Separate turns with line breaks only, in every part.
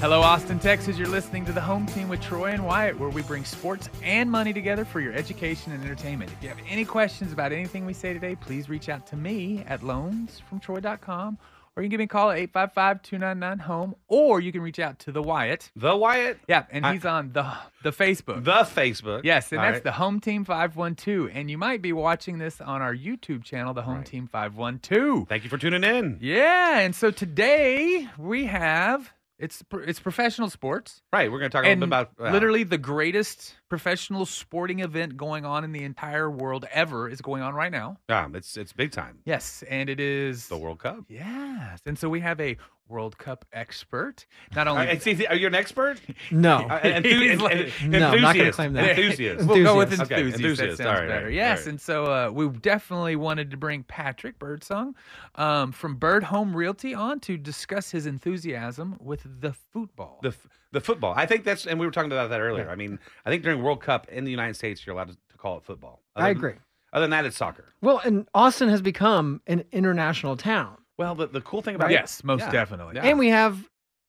Hello, Austin, Texas. You're listening to the home team with Troy and Wyatt, where we bring sports and money together for your education and entertainment. If you have any questions about anything we say today, please reach out to me at loansfromtroy.com or you can give me a call at 855 299 home, or you can reach out to the Wyatt.
The Wyatt.
Yeah, and he's
I-
on the the Facebook.
The Facebook.
Yes, and
All
that's
right.
the Home Team 512. And you might be watching this on our YouTube channel, the Home
Right.
Team 512.
Thank you for tuning in.
Yeah, and so today we have it's pr- it's professional sports.
Right, we're going to talk a little
and
bit about uh,
literally the greatest professional sporting event going on in the entire world ever is going on right now.
Um, it's it's big time.
Yes, and it is
The World Cup.
Yes, and so we have a World Cup expert. Not
Uh,
only
and see, are you an expert?
No.
Uh, enthu-
He's
en-
like-
en-
No, I'm not gonna
enthusiast.
claim that.
Enthusiast.
we'll go with
Okay,
enthusiast.
enthusiast.
That sounds
All right,
better.
all right,
yes,
all right.
and so uh, we definitely wanted to bring Patrick Birdsong um, from Bird Home Realty on to discuss his enthusiasm with the football.
The f- the football. I think that's, and we were talking about that earlier. I mean, I think during World Cup in the United States, you're allowed to, to call it football.
I
Other than-
agree.
Other than that, it's soccer.
Well, and Austin has become an international town.
Well, the, the cool thing about
yes, most
Yeah.
definitely.
Yeah.
And we have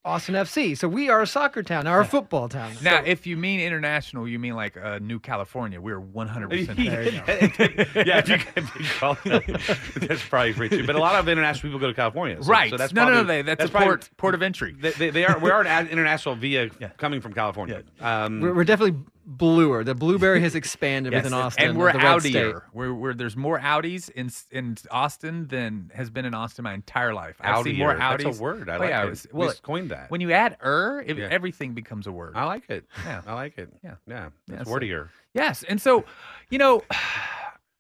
Austin FC. So we are a soccer town, or a football town.
Now, if you mean international, you mean like uh, New California. We're 100 percent there.
yeah, if you can be called, that's probably free too. But a lot of international people go to California, so,
right.
So that's
no, no, no,
probably-
they, that's, a
probably-
port port of entry.
They, they, they are we are an international via coming from California. Um,
We're, we're definitely bluer. The blueberry has expanded
Yes,
within Austin.
and we're
the red state.
outier. We're, we're there's more Audis in in Austin than has been in Austin my entire life. I've seen more
Outier. That's
Audis.
a word. I
Oh,
like
yeah,
it.
was-
We just coined that.
When you add "er," it,
Yeah.
everything becomes a word.
I like it.
Yeah.
I like it.
Yeah.
yeah. It's
Yeah, so-
wordier.
Yes, and so, you know,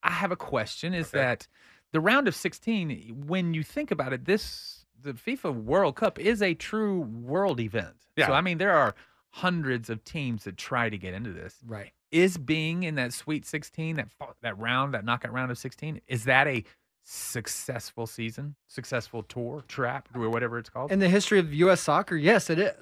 I have a question: Is
Okay.
that the round of sixteen? When you think about it, this the FIFA World Cup is a true world event.
Yeah.
So I mean, there are hundreds of teams that try to get into this.
Right.
Is being in that Sweet Sixteen, that fa- that round, that knockout round of sixteen, is that a successful season, successful tour, trap, or whatever it's called?
In the history of U.S. soccer, yes, it is.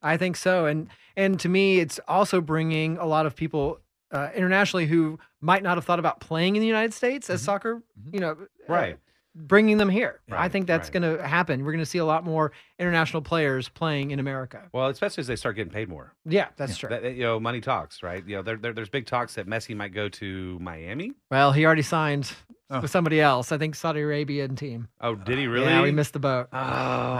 I think so. And and to me, it's also bringing a lot of people uh, internationally who might not have thought about playing in the United States as soccer. You know, uh,
Right.
bringing them here. I
Right,
think that's
right.
going to happen. We're going to see a lot more international players playing in America.
Well, especially as they start getting paid more.
Yeah, that's true.
That, that, you know, money talks, right? You know, there, there, there's big talks that Messi might go to Miami.
well, he already signed
Oh.
with somebody else. I think Saudi Arabian team. Uh,
Oh, did he really?
Yeah, we missed the boat.
Oh,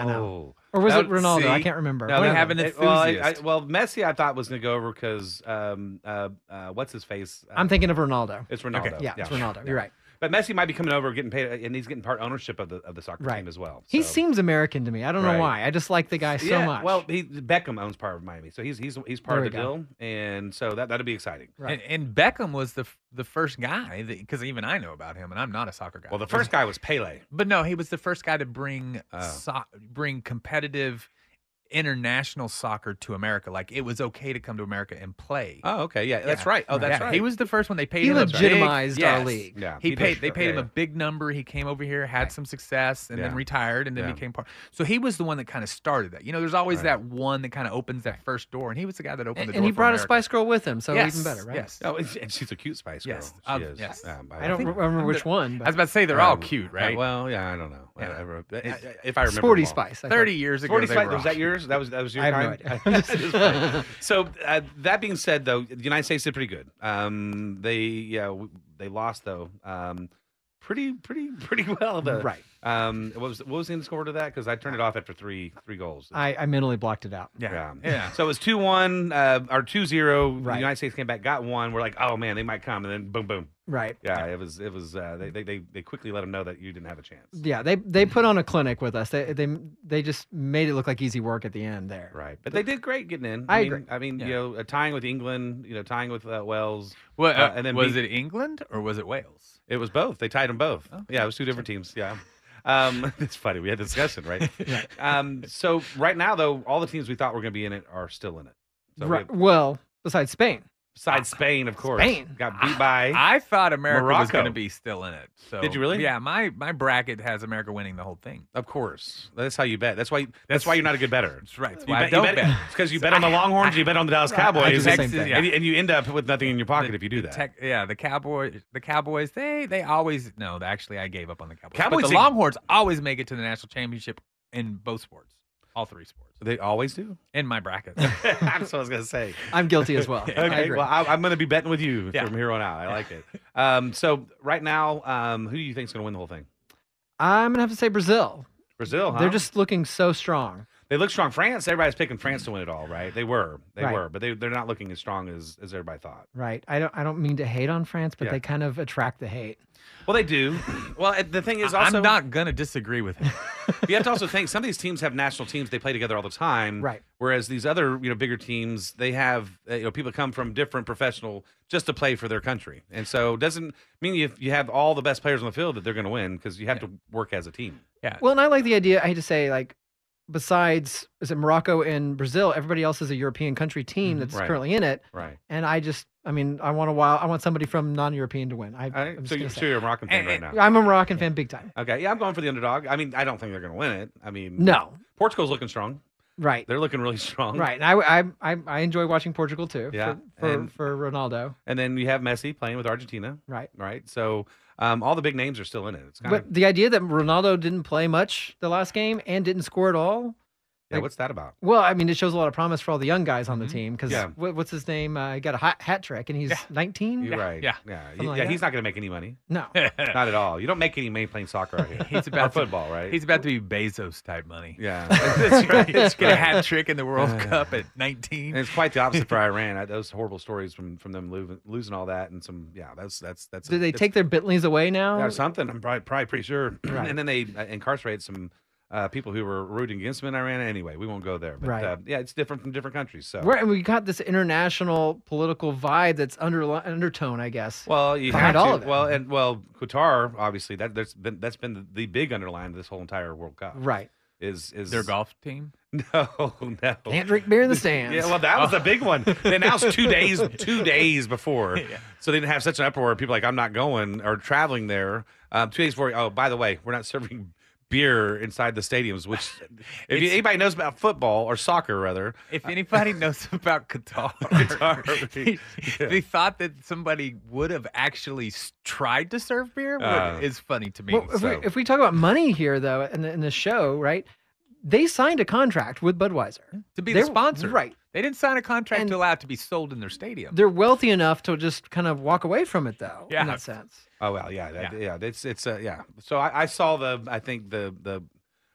know. Or was
That
it
would-
Ronaldo? I
see?
can't remember.
No,
One
we
of them.
have an
It- well, I- I-
enthusiast.
well, Messi, I thought was going to go over because um, uh, uh, what's his face? Uh,
I'm thinking of Ronaldo.
it's Ronaldo.
Yeah, it's Ronaldo. You're right.
But Messi might be coming over, getting paid, and he's getting part ownership of the of the soccer
Right.
team as well.
He
so-
seems American to me. I don't
Right.
know why. I just like the guy so
yeah,
much.
Well, he, Beckham owns part of Miami, so he's he's he's part
There
of the
we go.
deal, and so that that'll be exciting.
Right.
And, and Beckham was the f- the first guy because even I know about him, and I'm not a soccer guy.
Well, the
There's
first guy was Pele.
But no, he was the first guy to bring
Oh.
so- bring competitive international soccer to America. Like it was okay to come to America and play.
Oh, okay, yeah, that's
Yeah.
right. Oh, that's
Yeah,
right.
He was the first one. They paid
He
him a big-
legitimized our
yes.
league.
Yeah,
He,
he did,
paid. They
sure.
paid him
Yeah,
a
yeah.
big number. He came over here, had some success, and then
Yeah.
retired, and then
Yeah.
became part. So he was the one that kind of started that. You know, there's always
Right.
that one that kind of opens that first door, and he was the guy that opened
and,
the door.
and he
for
brought a
America.
Spice Girl with him, so
Yes,
even better, right?
Yes.
Oh, and she- and she's a cute Spice Girl.
Yes,
She
um,
is.
yes.
Um,
I don't
think-
remember which one.
I
But
was about to say they're all
um,
cute,
uh,
right?
well, yeah, I don't know. I-
Yeah.
I re- I-
It's-
I- if I remember,
Sporty
them all.
Spice. I
Thirty
think.
years ago,
Sporty
they
Spice
were
was that
all-
yours? yours? That was that was your
I have
time.
no idea.
Just playing. so uh, that being said, though, the United States did pretty good. Um, they yeah w- they lost though. Um, pretty pretty pretty well though.
Right.
Um, what was what was the end score to that? Because I turned it off after three three goals.
I, I mentally blocked it out.
Yeah.
So it was two one uh, or two zero.
Right.
The United States came back, got one. We're like, oh man, they might come, and then boom boom.
Right.
Yeah, it was it was uh, they, they they they quickly let them know that you didn't have a chance.
Yeah, they they put on a clinic with us. They they they just made it look like easy work at the end there.
Right, but they did great getting in.
I
mean,
agree.
I mean, you
Yeah.
know, uh, tying with England, you know, tying with uh, Wales.
Well,
Uh,
uh,
and then
was
beat-
it England or was it Wales? Oh,
It was both. They tied them both. Yeah, it was two different teams. Yeah. Um, it's funny. We had the discussion, right? um, so right now, though, all the teams we thought were going to be in it are still in it. So we
Right.
have-
Well, besides Spain.
besides Spain, of course,
Spain.
got beat by.
Ah, I thought America was going to
Morocco.
be still in it. So
Did you really?
Yeah, my my bracket has America winning the whole thing.
of course, that's how you bet. That's why. That's why you're not a good better.
That's right. That's
You
why I
bet,
don't
you bet,
bet.
because you bet on the Longhorns, you bet on the Dallas Cowboys,
the
and,
same thing.
and you- and you end up with nothing in your pocket
The-
if you do
the
that.
Tech, yeah, the Cowboys. The Cowboys. They they always no. they- Actually, I gave up on the Cowboys.
Cowboys
But the
did-
Longhorns always make it to the national championship in both sports, all three sports,
they always do.
in my bracket.
that's what I was gonna say.
I'm guilty as well. I
Okay,
agree.
well, I, I'm going to be betting with you
Yeah.
from here on out. I like it. Um, so right now, um, who do you think's going to win the whole thing?
I'm gonna have to say Brazil.
Brazil, Oh, huh?
They're just looking so strong.
they look strong. France, everybody's picking France to win it all, right? They were, they
Right.
were, but they they're not looking as strong as as everybody thought.
Right. I don't I don't mean to hate on France, but
Yeah.
they kind of attract the hate.
Well, they do. Well, and the thing is also
I'm not gonna disagree with him.
you have to also think some of these teams have national teams they play together all the time,
Right.
Whereas these other you know bigger teams they have uh, you know people come from different professional just to play for their country, and so it doesn't mean if you have all the best players on the field that they're going to win because you have to work as a team.
Yeah.
Well, and I like the idea, I hate to say, like besides is it Morocco and Brazil, everybody else is a European country team that's
Mm-hmm. Right.
currently in it.
Right.
And I just I mean, I want a while I want somebody from non European to win. I,
All right,
am
so, you, so you're a Moroccan fan
And-
right
and-
now.
eh, I'm a Moroccan fan big time.
Okay, yeah, I'm going for the underdog. I mean, I don't think they're going to win it. I mean,
No.
Portugal's looking strong.
Right.
They're looking really strong.
Right. And I, I I I enjoy watching Portugal too.
Yeah,
For for,
and-
for Ronaldo.
And then you have Messi playing with Argentina.
Right.
Right. So um, all the big names are still in it. It's kind of
But the idea that Ronaldo didn't play much the last game and didn't score at all.
yeah.
like-
what's that about?
Well, I mean, it shows a lot of promise for all the young guys on the team because
Mm-hmm. Yeah.
what's his name? Uh, he got a hot hat trick and he's 19.
You're right.
yeah.
Yeah.
Something like
yeah.
that.
He's not going to make any money.
No,
not at all. You don't make any money playing soccer out here.
He's
or
about to-
football, right?
He's about to be Bezos type money.
yeah. That's right. That's
Get a
right.
hat trick in the World Cup at 19.
And it's quite the opposite for Iran. I, those horrible stories from from them lo- losing all that and some yeah. That's that's that's.
do they
it's-
take their Bentleys away now?
or something. I'm probably, probably pretty sure.
Um, Right.
and then they uh, incarcerate some uh, people who were rooting against him in Iran. Anyway, we won't go there. But
Right.
uh, yeah, it's different from different countries. So
Right, and we got this international political vibe that's under undertone, I guess.
well, you
Behind
had
all
to.
of it.
Well, and well, Qatar obviously that there's been that's been the, the big underline of this whole entire World Cup.
right,
Is is
Their golf team.
No, no.
can't drink beer in the stands.
Yeah, well, that was the big one. They announced two days, two days before, so they didn't have such an uproar. People like, I'm not going or traveling there. Um, two days before. Oh, by the way, we're not serving beer inside the stadiums. Which, if you, anybody knows about football or soccer, rather,
If anybody knows about Qatar,
Uh, Qatar,
the, the thought that somebody would have actually s- tried to serve beer would-
Uh,
is funny to me.
Well, if,
so-
we, if we talk about money here, though, in the, in the show, right, they signed a contract with
Hmm.
Budweiser.
to be
they're-
the sponsor,
right.
They didn't sign a contract
And-
to allow it to be sold in their stadium.
They're wealthy enough to just kind of walk away from it, though,
Yeah.
in that sense.
Oh well, yeah, that, yeah. It's it's uh, yeah. So I, I saw the I think the the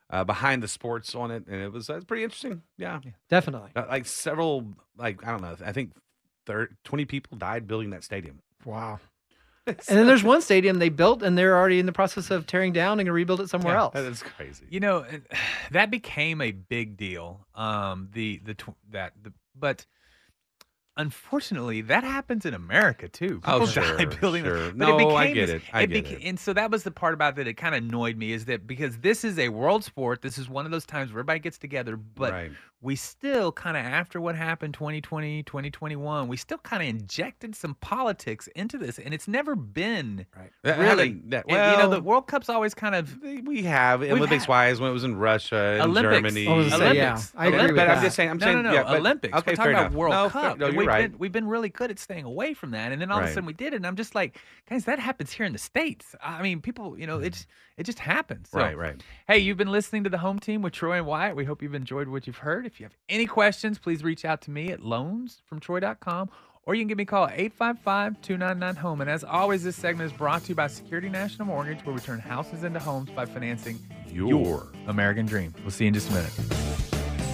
uh, behind the sports on it, and it was uh, pretty interesting. Yeah,
Definitely.
Uh, like several like I don't know. I think thir 20 people died building that stadium.
Wow. and then there's one stadium they built, and they're already in the process of tearing down and gonna rebuild it somewhere else.
That's crazy.
You know, and that became a big deal. Um, the the tw- that the but unfortunately, that happens in America too.
Oh,
People die
sure,
building them.
sure.
But
No, I
became
get
this-
it. I get
beca-
it.
And so that was the part about that it kind of annoyed me is that because this is a world sport, this is one of those times where everybody gets together, but
Right.
we still kind of after what happened 2020, 2021, we still kind of injected some politics into this, and it's never been
Right.
really.
That,
and, you know, the
well,
World Cup's always kind of eh,
They- We have
We've
Olympics
had-
wise when it was in Russia and
Olympics.
Germany.
Oh, I was gonna say, yeah,
Olympics.
I agree
but
with
I'm
that.
just saying. I'm
No,
saying
no, no,
yeah, but-
Olympics. We're
Okay,
talking
fair
about
enough.
World
no,
Cup,
fair- no,
and
you're
we
You're
we've
right.
been we've been really good at staying away from that, and then all of
Right.
a sudden we did it. And I'm just like, guys, that happens here in the states. I mean, people, you know, it just it just happens. So,
Right, right.
Hey, you've been listening to the Home Team with Troy and Wyatt. We hope you've enjoyed what you've heard. If you have any questions, please reach out to me at loansfromtroy.com. Or you can give me a call at 855 299 Home. E. And as always, this segment is brought to you by Security National Mortgage, where we turn houses into homes by financing
Your
American dream. We'll see you in just a minute.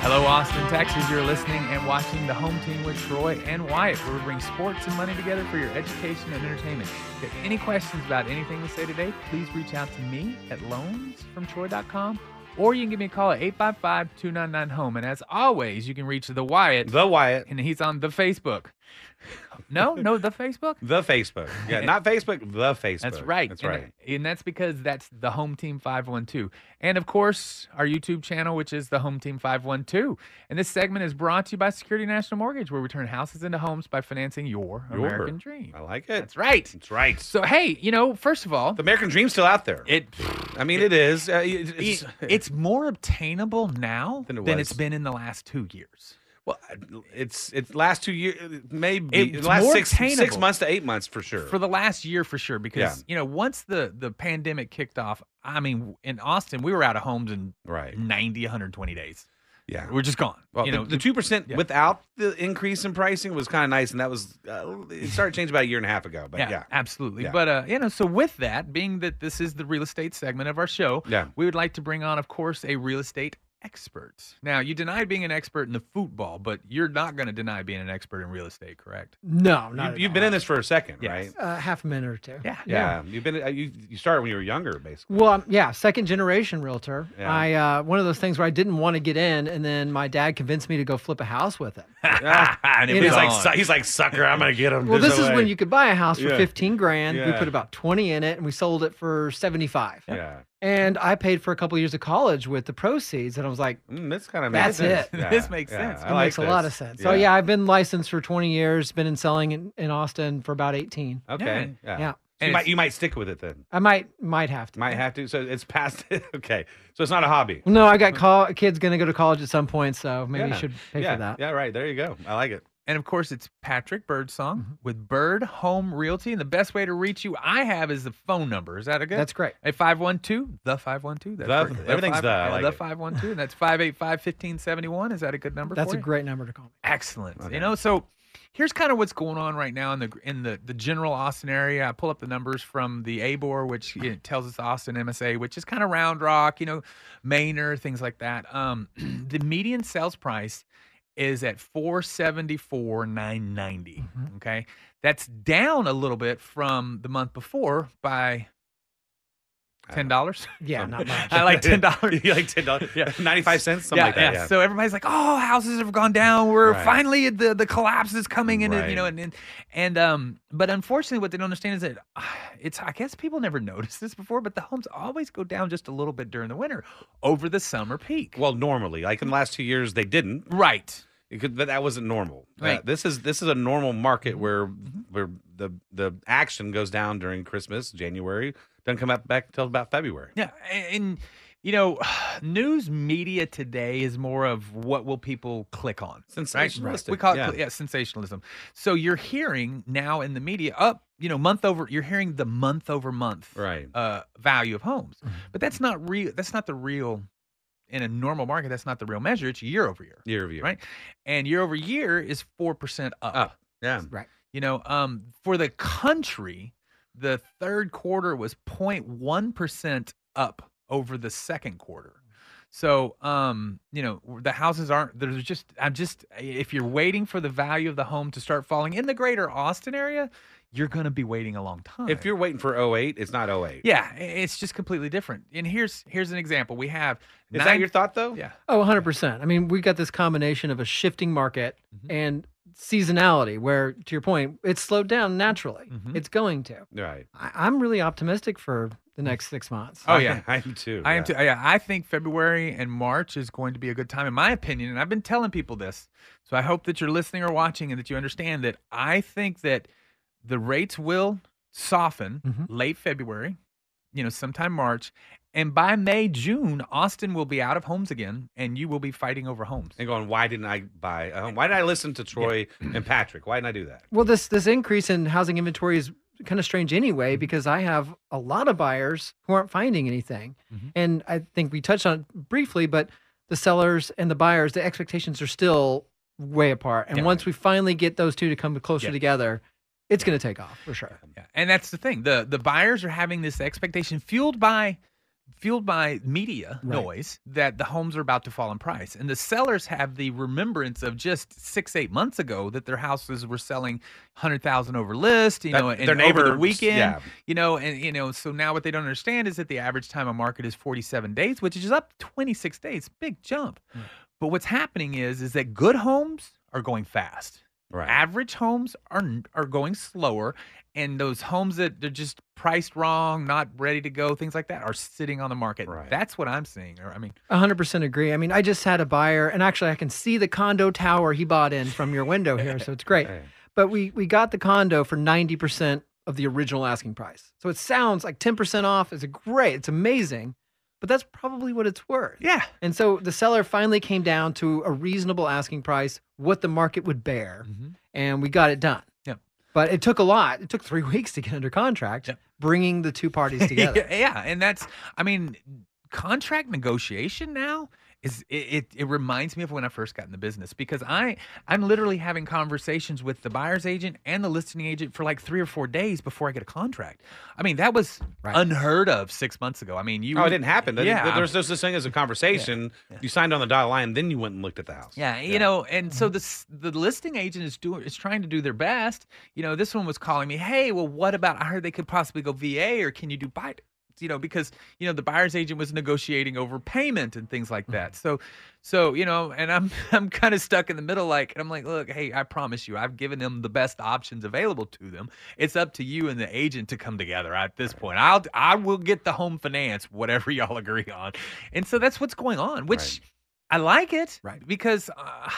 Hello, Austin, Texas. You're listening and watching the Home Team with Troy and Wyatt, where we bring sports and money together for your education and entertainment. If you have any questions about anything we say today, please reach out to me at loansfromtroy.com or you can give me a call at 855 299 Home. E. And as always, you can reach the Wyatt,
The Wyatt.
and he's on the Facebook. No, no, the Facebook?
The Facebook. Yeah, not Facebook, the Facebook.
That's right.
That's
and,
right.
And that's because that's the Home Team 512. And of course, our YouTube channel, which is the Home Team 512. And this segment is brought to you by Security National Mortgage, where we turn houses into homes by financing your,
Your.
American dream.
I like it.
That's right.
That's right.
So, hey, you know, first of all,
the American dream's still out there.
it,
I mean, it is. Uh, it-
it-
it's,
it's more obtainable now
Than
than,
it
it's
was.
been in the last two years.
well, it's it's last two years, maybe
It's
the last
more
six six
attainable.
months to eight months for sure.
for the last year for sure because
Yeah.
you know once the the pandemic kicked off i mean in austin we were out of homes in
Right.
90 120 days
yeah.
we're just gone
Well,
you
the-
know
the two percent
yeah.
without the increase in pricing was kind of nice, and that was uh, it started changing about a year and a half ago. But yeah,
absolutely.
Yeah.
But uh, you know, so with that, being that this is the real estate segment of our show,
Yeah.
we would like to bring on, of course, a real estate expert. Now, you denied being an expert in the football, but you're not going to deny being an expert in real estate, correct?
No, not
you, you've been in this for a second,
Yes.
right?
uh, half a minute or two.
Yeah.
Yeah, you've been uh, you you started when you were younger, basically.
Well, um, yeah, second generation realtor.
Yeah.
I uh, one of those things where I didn't want to get in, and then my dad convinced me to go flip a house with him.
and
You
he's
know.
like su- he's like sucker. I'm gonna get him.
Well, this is
way."
when you could buy a house for
Yeah.
fifteen grand. We
Yeah.
put about twenty in it, and we sold it for seventy five.
yeah.
And I paid for a couple years of college with the proceeds, and I was like,
Mm, this kind of
That's
makes sense.
it.
Yeah,
This makes
yeah,
sense.
I
that
like
makes a lot
this.
of sense. So yeah, I've been licensed for twenty years, been in selling in, in Austin for about eighteen.
Okay. Yeah.
Yeah.
So you might you might stick with it then.
I might might have to.
Might have to. So it's past. okay. So it's not a hobby.
No, I got call kids gonna go to college at some point, so maybe
Yeah.
you should pay
yeah.
for that.
Yeah. Right. There you go. I like it.
And of course, it's Patrick Birdsong
Mm-hmm.
with Bird Home Realty. And the best way to reach you, I have, is the phone number. Is that a good?
That's great.
A 512, the 512. That's
The-
great.
everything's the, I
yeah,
like
the
it.
512. And that's 585 1571. Is that a good number?
That's
for
a
you?
great number to call me.
Excellent.
Okay.
You know, so here's kind of what's going on right now in the in the, the general Austin area. I pull up the numbers from the ABOR, which you know, tells us Austin MSA, which is kind of Round Rock, you know, Manor, things like that. Um, the median sales price is at four seventy four nine ninety.
Mm-hmm.
Okay, that's down a little bit from the month before by ten dollars.
Yeah, not much.
I like ten dollars.
you like ten dollars? Yeah, ninety five cents, something
yeah,
like that. Yeah.
So everybody's like, "Oh, houses have gone down. We're
Right.
finally the the collapse is coming," and it- you know,
Right.
and, and and um, but unfortunately, what they don't understand is that ah, it's I guess people never noticed this before, but the homes always go down just a little bit during the winter over the summer peak.
well, normally, like in the last two years, they didn't.
right.
It could- but that wasn't normal. Uh,
Right. Mm-hmm.
this is this is a normal market where where the the action goes down during Christmas, January, doesn't come up back till about February.
Yeah, a- and you know, news media today is more of what will people click on.
Sensationalistic,
We call it
yeah.
yeah. yeah, sensationalism. So you're hearing now in the media up, you know, month over you're hearing the month over month
Right. Mm-hmm.
uh value of homes. But that's not real that's not the real in a normal market, that's not the real measure. It's year over year.
Year of year.
Right? And year over year is 4% up.
Yeah.
You know, um, for the country, the third quarter was 0.1% up over the second quarter. So, um, you know, w- the houses aren't, there's just, I'm just, if you're waiting for the value of the home to start falling in the greater Austin area, you're going to be waiting a long time.
If you're waiting for 08, it's not 08.
yeah, i- it's just completely different. And here's here's an example. We have
Is that your thought though?
Yeah.
Oh, 100%. I mean, we got this combination of a shifting market
Mm-hmm.
and seasonality, where to your point, it's slowed down naturally. It's going to.
Mm-hmm. Right.
I, I'm really optimistic for the next six months.
Oh, yeah.
I am too.
I am
yeah.
too. Yeah, I think February and March is going to be a good time, in my opinion. And I've been telling people this, so I hope that you're listening or watching, and that you understand that I think that the rates will soften
Mm-hmm.
Mhm.
late February, you know, sometime March, and by May, June, Austin will be out of homes again, and you will be fighting over homes.
And going, why didn't I buy a home? Why did I listen to Troy and Patrick? Why didn't I do that?
Well, this this increase in housing inventory is kind of strange anyway
Mm-hmm.
because I have a lot of buyers who aren't finding anything,
Mm-hmm.
Mm-hmm.
and I think we touched on it briefly, but the sellers and the buyers, the expectations are still way apart. And
Yeah.
once we finally get those two to come closer
Yeah.
together, it's going to take off for sure.
Yeah, and that's the thing. the The buyers are having this expectation fueled by fueled by media noise that the homes are about to fall in price, and the sellers have the remembrance of just six eight months ago that their houses were selling hundred thousand over list. You
That-
know, and over
their
the
neighbors,
weekend.
yeah.
You know, and you know, so now what they don't understand is that the average time on market is forty seven days, which is up twenty six days. Big jump. But what's happening is is that good homes are going fast.
Right.
Average homes are n- are going slower, and those homes that they're just priced wrong, not ready to go, things like that, are sitting on the market.
Right.
That's what I'm seeing. Or I mean,
A 100% agree. I mean, I just had a buyer, and actually, I can see the condo tower he bought in from your window here, so it's great. But we we got the condo for 90% of the original asking price. So it sounds like 10% off is a great, it's amazing, but that's probably what it's worth.
yeah,
And so the seller finally came down to a reasonable asking price, what the market would bear,
Mm-hmm.
and we got it done.
Yep.
But it took a lot. It took three weeks to get under contract, bringing the two parties
yeah,
together.
yeah, and that's I mean, contract negotiation now is it, it it reminds me of when I first got in the business because I I'm literally having conversations with the buyer's agent and the listing agent for like 3 or 4 days before I get a contract. I mean, that was unheard of 6 months ago. I mean, you
No, Oh, it didn't happen.
Yeah,
Yeah.
I'm-
There's just this thing as a conversation. You signed on the dotted line, then you went and looked at the house.
Yeah, you know, and so this the listing agent is doing is trying to do their best. You know, this one was calling me, "Hey, well, what about? I heard they could possibly go VA, or can you do buy?" You know, because you know the buyer's agent was negotiating over payment and things like that. So, so you know, and I'm I'm kind of stuck in the middle. Like, and I'm like, look, hey, I promise you, I've given them the best options available to them. It's up to you and the agent to come together at this point. I'll I will get the home finance, whatever y'all agree on, and so that's what's going on, which. I like it.
Right.
Because uh,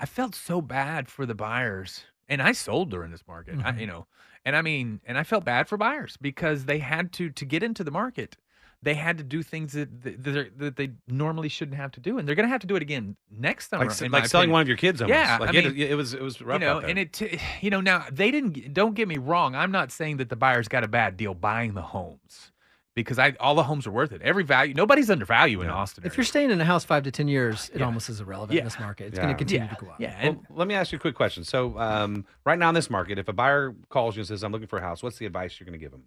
I felt so bad for the buyers. And I sold during this market,
Mm-hmm.
I, you know. And I mean, and I felt bad for buyers because they had to to get into the market. They had to do things that that, they're- that they normally shouldn't have to do, and they're going to have to do it again next summer.
Like, s-
in
like
my
selling
opinion.
one of your kids almost.
Yeah,
Like
I
it,
mean,
it was it was rough.
You know,
out there.
and it, t- you know, now they didn't. g- Don't get me wrong. I'm not saying that the buyers got a bad deal buying the homes because I all the homes are worth it. Every value, nobody's undervalued in Austin.
If
area.
you're staying in a house five to 10 years, it almost is irrelevant
Yeah.
in this market. It's
Yeah.
going to continue
yeah,
to go up.
yeah,
Well,
and
let me ask you a quick question. So, um, right now in this market, if a buyer calls you and says, "I'm looking for a house," what's the advice you're going to give them?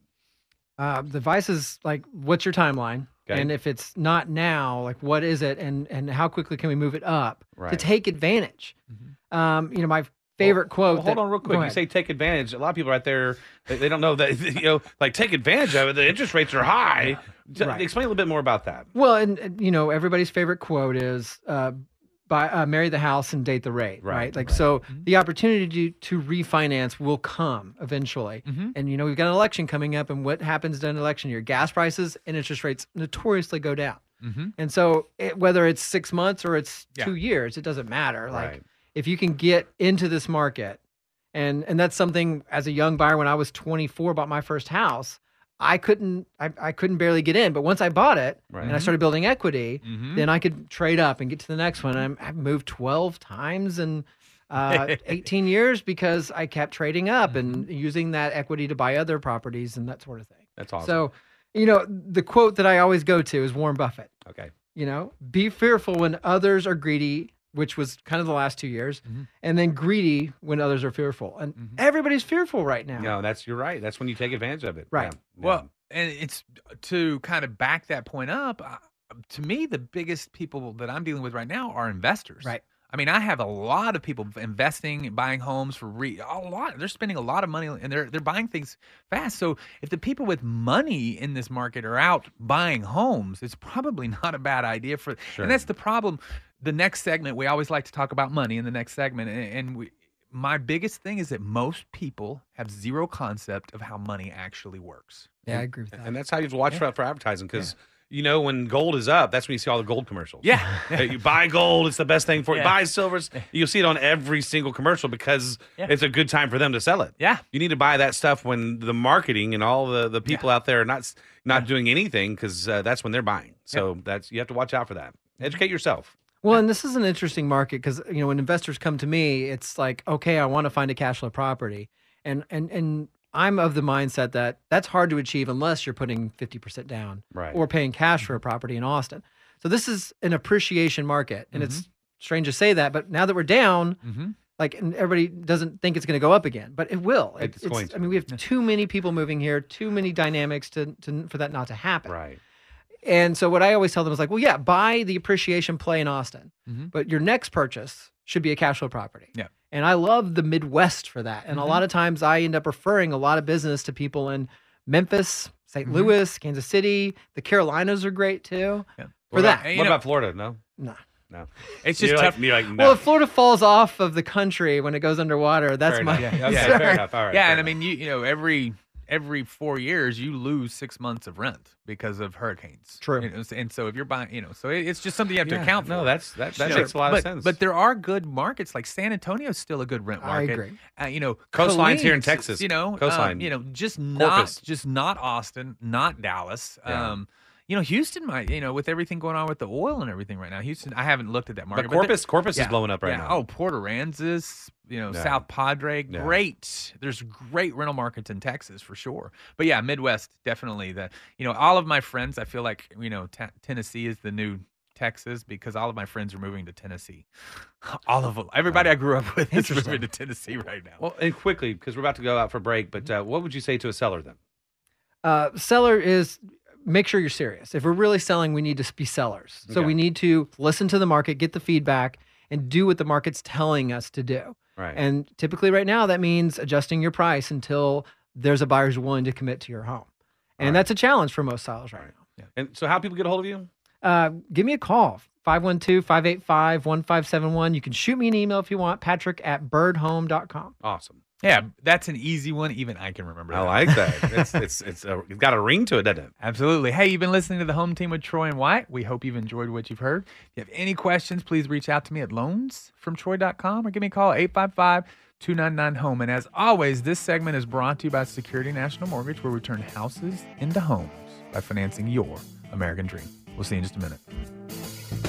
Uh, the advice is like, what's your timeline?
Okay.
And if it's not now, like, what is it? And and how quickly can we move it up to
Right. Mm-hmm.
take advantage? Um, you know, my favorite quote.
Well, hold
that-
on, real
Oh, go
quick. You
ahead.
say take advantage. A lot of people right there, they, they don't know that you know, like take advantage of it. The interest rates are high, J-
Right.
Explain a little bit more about that.
Well, and, and, you know everybody's favorite quote is uh, "by uh, marry the house and date the rate,"
Right,
right? Like so, the opportunity to, to refinance will come eventually, and you know we've got an election coming up, and what happens during an election year? Gas prices and interest rates notoriously go down, and so it, whether it's six months or it's
Yeah.
two years, it doesn't matter. Like
Right.
if you can get into this market, and and that's something as a young buyer when I was 24 bought my first house. I couldn't I, I couldn't barely get in, but once I bought it and I
Right. Mm-hmm.
started building equity,
Mhm.
then I could trade up and get to the next one. I'm, I've moved 12 times in uh, 18 years because I kept trading up and
Mm-hmm.
using that equity to buy other properties and that sort of thing.
That's awesome.
So, you know, the quote that I always go to is Warren Buffett,
okay.
you know, be fearful when others are greedy, which was kind of the last two years,
Mm-hmm.
and then greedy when others are fearful. And everybody's fearful right now.
No, that's you're right. That's when you take advantage of it.
Right.
Yeah. Yeah.
Well, and it's to kind of back that point up. Uh, to me, the biggest people that I'm dealing with right now are investors.
Right.
I mean, I have a lot of people investing, and buying homes for re a lot. They're spending a lot of money and they're they're buying things fast. So if the people with money in this market are out buying homes, it's probably not a bad idea for.
Sure.
And that's the problem. The next segment, we always like to talk about money in the next segment, and, and we. My biggest thing is that most people have zero concept of how money actually works.
Yeah, I agree with that.
and that's how you've watched out for advertising because you know when gold is up, that's when you see all the gold commercials.
Yeah.
Hey, you buy gold, it's the best thing for you.
Yeah.
Buy silvers, you'll see it on every single commercial because
Yeah.
it's a good time for them to sell it.
Yeah.
you need to buy that stuff when the marketing and all the, the people out there are not s- not doing anything because uh, that's when they're buying. So that's you have to watch out for that.
Mm-hmm.
Educate yourself.
Well, and this is an interesting market because you know when investors come to me, it's like, okay, I want to find a cash flow property, and and and I'm of the mindset that that's hard to achieve unless you're putting fifty percent down
Right.
or paying cash for a property in Austin. So this is an appreciation market, and it's strange to say that, but now that we're down, like and everybody doesn't think it's going to go up again, but it will. It-
It's going to.
I mean, we have too many people moving here, too many dynamics to, to for that not to happen.
Right.
And so what I always tell them is like, well, yeah, buy the appreciation play in Austin, but your next purchase should be a cash flow property.
Yeah.
And I love the Midwest for that. And a lot of times I end up referring a lot of business to people in Memphis, saint Louis, Kansas City. The Carolinas are great too. For
What about-
that.
Hey, you
What
know-
about Florida? No.
Nah.
No.
It's just
You're
tough.
Like, you're like, no.
Well, if Florida falls off of the country when it goes underwater, that's
Fair
my
enough. Yeah, okay,
Yeah.
fair enough. All right.
yeah,
fair
and I
enough.
mean, you you know, every every four years you lose six months of rent because of hurricanes.
True.
You know, s- and so if you're buying, you know, so it, it's just something you have to
Yeah,
account for.
No, that's that, that
Sure.
makes a lot
but,
of sense.
But there are good markets like San Antonio's still a good rent
I
market.
agree.
Uh, you know,
Coastlines here in
Colleen's,
Texas.
You know, um,
Coastline.
you know, just
Corpus.
not just not Austin, not Dallas.
Yeah.
Um, you know, Houston might, you know, with everything going on with the oil and everything right now, Houston, I haven't looked at that market.
but
but the-
Corpus, Corpus is blowing up right
yeah.
now.
Oh, Port Aransas, you know,
Yeah.
South Padre,
Yeah.
great. There's great rental markets in Texas for sure. But yeah, Midwest definitely. The you know, all of my friends, I feel like you know, t- Tennessee is the new Texas because all of my friends are moving to Tennessee. All of them, everybody I grew up with is moving to Tennessee right now.
Well, and quickly because we're about to go out for break. But uh, what would you say to a seller then?
uh, seller is make sure you're serious. If we're really selling, we need to be sellers. So
Okay.
we need to listen to the market, get the feedback, and do what the market's telling us to do.
Right.
And typically, right now, that means adjusting your price until there's a buyer who's willing to commit to your home. And
Right.
that's a challenge for most sellers right,
and so, how people get a hold of you?
now. Uh, give me a call, 512 585 1571. You can shoot me an email if you want, patrick at birdhome.com.
Awesome.
yeah, that's an easy one. Even I can remember.
I
that.
like that. it's it's it's, a, it's got a ring to it, doesn't it?
Absolutely. Hey, you've been listening to the home team with Troy and White. We hope you've enjoyed what you've heard. If you have any questions, please reach out to me at loansfromtroy.com or give me a call 855 299 home. E. And as always, this segment is brought to you by Security National Mortgage, where we turn houses into homes by financing your American dream. We'll see you in just a minute.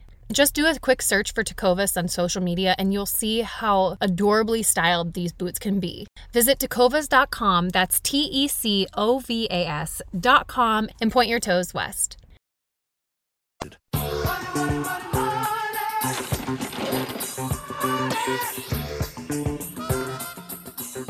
Just do a quick search for Tecovas on social media and you'll see how adorably styled these boots can be. Visit tecovas.com, that's T E C O V A S.com, and point your toes west.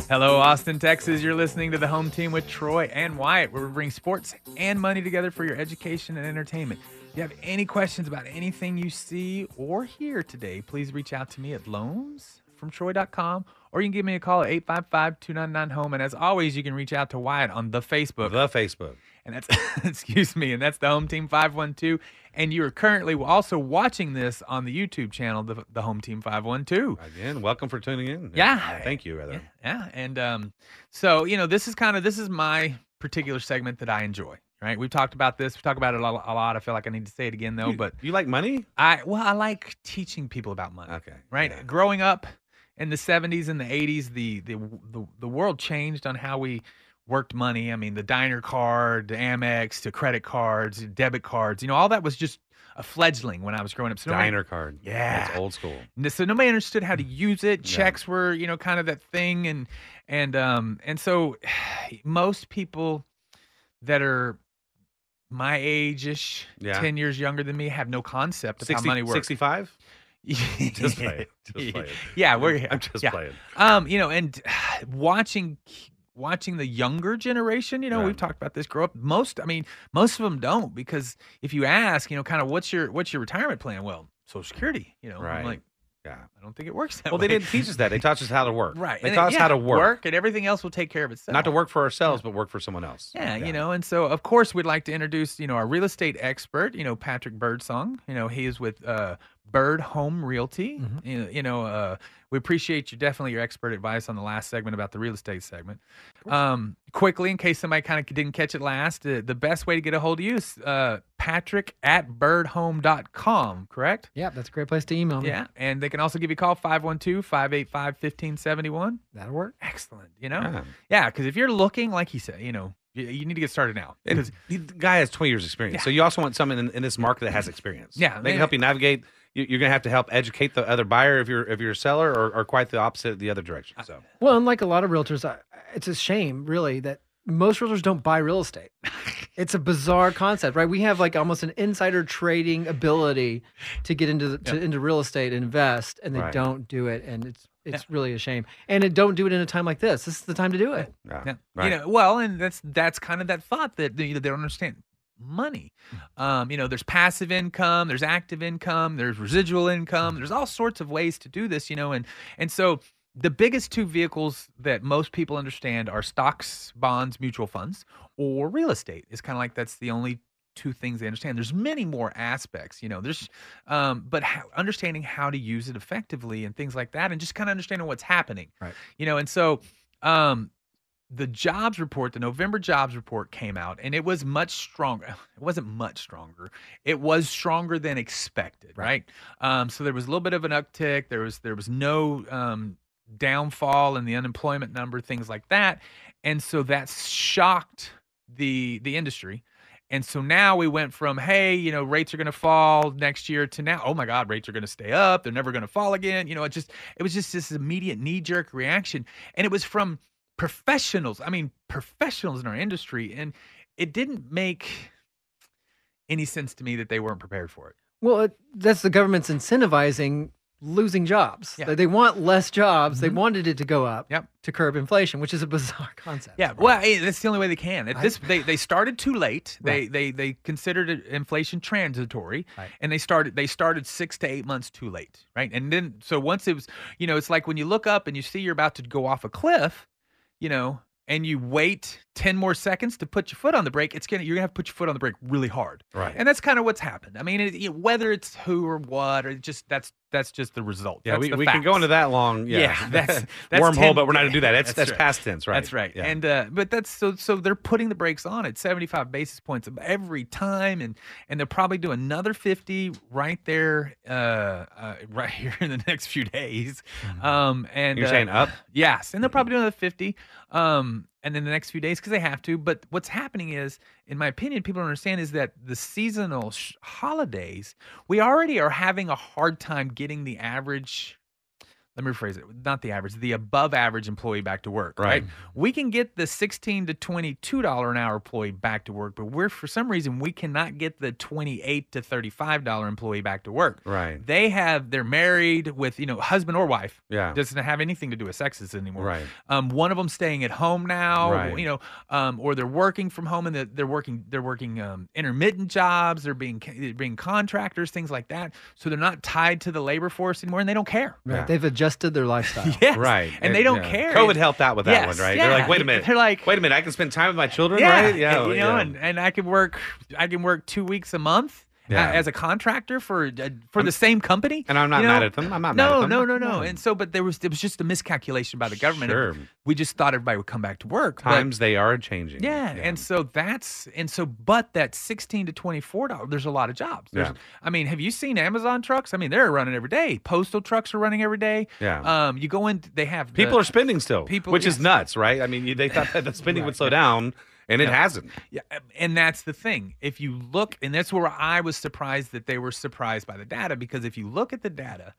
Hello, Austin, Texas. You're listening to the home team with Troy and Wyatt, where we bring sports and money together for your education and entertainment. If you have any questions about anything you see or hear today, please reach out to me at loansfromtroy.com or you can give me a call at 855 299 home. E. And as always, you can reach out to Wyatt on the Facebook.
The Facebook.
And that's, excuse me, and that's the Home Team 512. And you are currently also watching this on the YouTube channel, the, the Home Team 512.
Again, welcome for tuning in. Uh,
Yeah.
Thank you, rather.
Yeah, yeah. And um, so, you know, this is kind of, this is my particular segment that I enjoy. Right, we've talked about this. We talk about it a lot, a lot. I feel like I need to say it again, though.
You-
but
you like money?
I well, I like teaching people about money.
Okay,
right.
yeah.
Growing up in the '70s and the '80s, the, the the the world changed on how we worked money. I mean, the diner card, to Amex, to credit cards, debit cards. You know, all that was just a fledgling when I was growing up. So nobody-
Diner card. Mm.
Yeah.
It's old school.
N- so nobody understood how to use it.
Yeah.
Checks were, you know, kind of that thing, and and um and so most people that are my age ish,
Yeah.
ten years younger than me, have no concept of
60,
how money works.
65?
just
Just play it. Just play it.
Yeah, we're here.
I'm just
yeah.
playing.
Um, you know, and watching watching the younger generation, you know,
Right.
we've talked about this grow up. Most, I mean, most of them don't because if you ask, you know, kind of what's your what's your retirement plan? Well, Social Security, you know.
Right.
I'm like,
Yeah.
I don't think it works that
Well,
way.
they didn't teach us that. They taught us how to work.
Right.
They
and it-
taught us
yeah,
how to work.
and everything else will take care of itself.
Not to work for ourselves, but work for someone else.
Yeah, you know, and so of course we'd like to introduce, you know, our real estate expert, you know, Patrick Birdsong. You know, he is with uh, Bird Home Realty. You know, you know uh, we appreciate you definitely your expert advice on the last segment about the real estate segment. Um, quickly, in case somebody kind of didn't catch it last, uh, the best way to get a hold of you is uh, Patrick at birdhome.com, correct?
Yeah, that's a great place to email me.
Yeah, and they can also give you a call 512 585 1571.
That'll work.
Excellent, you know?
Yeah.
Yeah, because if you're looking, like he said, you know, you, you need to get started now.
And
'Cause-
the guy has 20 years experience. So you also want someone in, in this market that has experience.
Yeah,
They
they-
can help you navigate. You, you're going to have to help educate the other buyer if you're if you're a seller or, or quite the opposite the other direction.
Uh,
So
Well, unlike a lot of realtors, I, it's a shame, really, that most realtors don't buy real estate. it's a bizarre concept, right? We have like almost an insider trading ability to get into the, to, into real estate and invest, and they
Right.
don't do it, and it's it's really a shame. And it don't do it in a time like this. This is the time to do
Oh,
it.
yeah,
Yeah.
right.
You know, well, and that's that's kind of that thought that they, they don't understand money.
Mm-hmm.
Um, you know, there's passive income, there's active income, there's residual income, there's all sorts of ways to do this, you know, and and so the biggest two vehicles that most people understand are stocks, bonds, mutual funds, or real estate. It's kind of like that's the only two things they understand. There's many more aspects, you know. There's, um, but how, understanding how to use it effectively and things like that, and just kind of understanding what's happening,
Right.
You know, and so um, the jobs report, the November jobs report came out, and it was much stronger. It wasn't much stronger. It was stronger than expected, right? Um, so there was a little bit of an uptick. There was there was no um, downfall in the unemployment number, things like that, and so that shocked the the industry, And so now we went from, hey, you know, rates are going to fall next year to now, oh my God, rates are going to stay up. They're never going to fall again. You know, it just, it was just this immediate knee jerk reaction. And it was from professionals. I mean, professionals in our industry. And it didn't make any sense to me that they weren't prepared for it.
Well, it, that's the government's incentivizing losing jobs.
Yeah. Mm-hmm.
They, they want less jobs. They wanted it to go up
Yep.
to curb inflation, which is a bizarre concept.
Yeah, well, hey, that's the only way they can. At
I-
this, they, they started too late. They
Right.
they they considered it- inflation transitory,
Right.
and they started they started six to eight months too late, right? And then so once it was, you know, it's like when you look up and you see you're about to go off a cliff, you know, and you wait ten more seconds to put your foot on the brake. It's gonna you're gonna have to put your foot on the brake really hard,
Right.
And that's kind of what's happened. I mean, it, you know, whether it's who or what or just that's that's just the result.
Yeah,
That's
we,
the
we can go
facts.
into that long. Yeah,
Yeah, that's- that's
wormhole,
10
but we're not gonna do that. That's that's,
right.
past tense, right?
That's right.
Yeah.
And uh, but that's so so they're putting the brakes on at 75 basis points every time, and and they'll probably do another 50 right there, uh, uh right here in the next few days. Um, and
Mm-hmm. You're
uh,
saying up? Mm-hmm.
Yes, and they'll probably do another 50. Um, and then the next few days because they have to. But what's happening is, in my opinion, people don't understand is that the seasonal sh- holidays we already are having a hard time getting the average let me rephrase it not the average the above average employee back to work right,
Right.
we can get the 16 to 22 dollar an hour employee back to work but we're for some reason we cannot get the 28 to 35 dollar employee back to work
Right.
they have they're married with you know husband or wife
Yeah.
doesn't have anything to do with sexes anymore
Right.
um, one of them staying at home now
Right.
you know um, or they're working from home and they're, they're working they're working um, intermittent jobs they're being they're being contractors things like that so they're not tied to the labor force anymore and they don't care
Right.
Yeah.
They've adjusted their lifestyle.
Yes.
Right.
And they don't
yeah.
care.
COVID
It-
helped out with that one,
Yes,
right? They're
yeah.
like, wait a minute.
They're like-
wait a minute. I can spend time with my children,
yeah,
right?
and, you know, and, and I could work, I can work two weeks a month a-
Yeah.
as a contractor for uh, for the same company.
And I'm not
you know?
mad at them. I'm not mad at
no,
them.
no, no, no. And so, but there was it was just a miscalculation by the government.
Sure.
We just thought everybody would come back to work. but-
Times they are changing.
yeah, and so that's and so, but that sixteen to twenty four dollars. There's a lot of jobs. There's,
Yeah.
I mean, have you seen Amazon trucks? I mean, they're running every day. Postal trucks are running every day.
Yeah.
Um, you go in, they have
People
the-
are spending still,
people-
which is
yes.
nuts, right? I mean, you- they thought that the spending would slow down, and it hasn't.
Yeah, um, and that's the thing. If you look, and that's where I was surprised that they were surprised by the data because if you look at the data,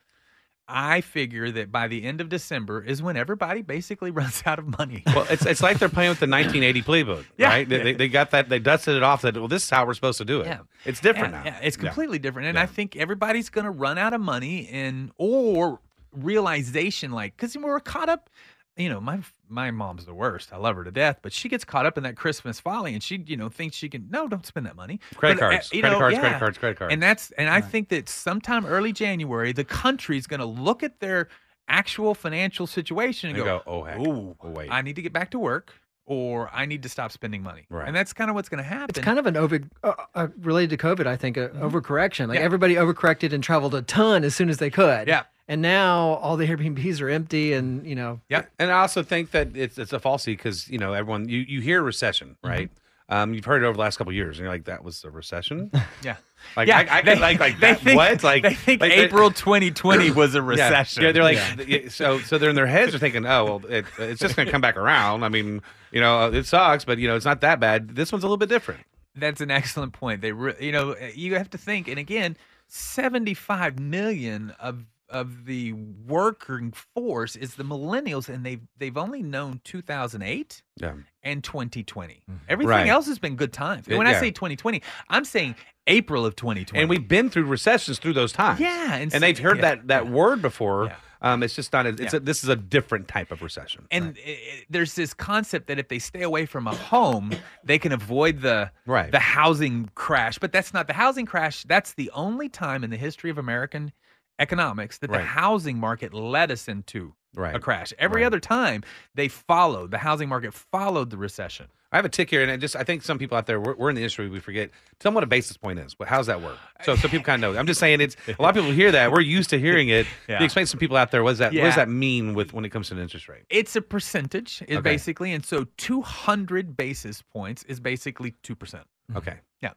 I figure that by the end of December is when everybody basically runs out of money.
Well, it's it's like they're playing with the 1980 playbook,
Yeah.
right? They, they, they got that, they dusted it off. That well, this is how we're supposed to do it.
Yeah.
It's different
yeah,
now.
yeah, it's
Yeah.
completely different, and I think everybody's going to run out of money and or realization, like because we're caught up. You know, my my mom's the worst. I love her to death, but she gets caught up in that Christmas folly, and she you know thinks she can no, don't spend that money.
Credit
But, uh,
cards,
you
credit
know,
cards,
yeah.
credit cards, credit cards.
And that's and I think that sometime early January, the country's going to look at their actual financial situation and,
And
go,
go, "Oh, heck.
ooh,
Oh, wait."
I need to get back to work, or I need to stop spending money."
Right.
And that's kind of what's going to happen.
It's kind of an over uh, uh, related to COVID, I think, uh, overcorrection. Like
Mm-hmm. Yeah.
everybody overcorrected and traveled a ton as soon as they could.
Yeah.
And now all the Airbnbs are empty, and you know,
Yeah, and I also think that it's it's a falsity because you know everyone you you hear recession, right? Um, you've heard it over the last couple of years, and you're like, that was a recession.
yeah.
Like
Yeah,
I, I could like like
they
that, what like
they think
like, they're-
April 2020 was a
Yeah,
recession.
Yeah, they're like th- yeah, so so they're in their heads are thinking, oh well, it, it's just going to come back around. I mean, you know, it sucks, but you know, it's not that bad. This one's a little bit different.
that's an excellent point. They, re- you know, eh, you have to think, and again, 75 million of of the working force is the millennials, and they've they've only known 2008
Yeah,
and 2020. Everything
Mm-hmm. Right.
else has been good times. And
Yeah,
when I
yeah.
say 2020, I'm saying April of 2020.
and we've been through recessions through those times.
Yeah,
and,
and
they've
so-
heard
yeah,
that that word before.
Yeah.
Um, it's just not. A, it's
Yeah.
a, this is a different type of recession.
and i i- there's this concept that if they stay away from a home, they can avoid the
Right.
the housing crash. But that's not the housing crash. That's the only time in the history of American economics that
Right.
the housing market led us into a
Right.
crash. Every
Right.
other time, they followed the housing market followed the recession.
I have a tick here, and I just I think some people out there we're, we're in the industry we forget. Tell them what a basis point is. But how's that work? So so people kind of know. I'm just saying it's a lot of people hear that. We're used to hearing it.
Yeah.
You explain to some people out there what does that what does
Yeah.
that mean with when it comes to an interest rate?
It's a percentage, it
Okay.
basically, and so 200 basis points is basically two percent.
Okay,
Mm-hmm. Yeah,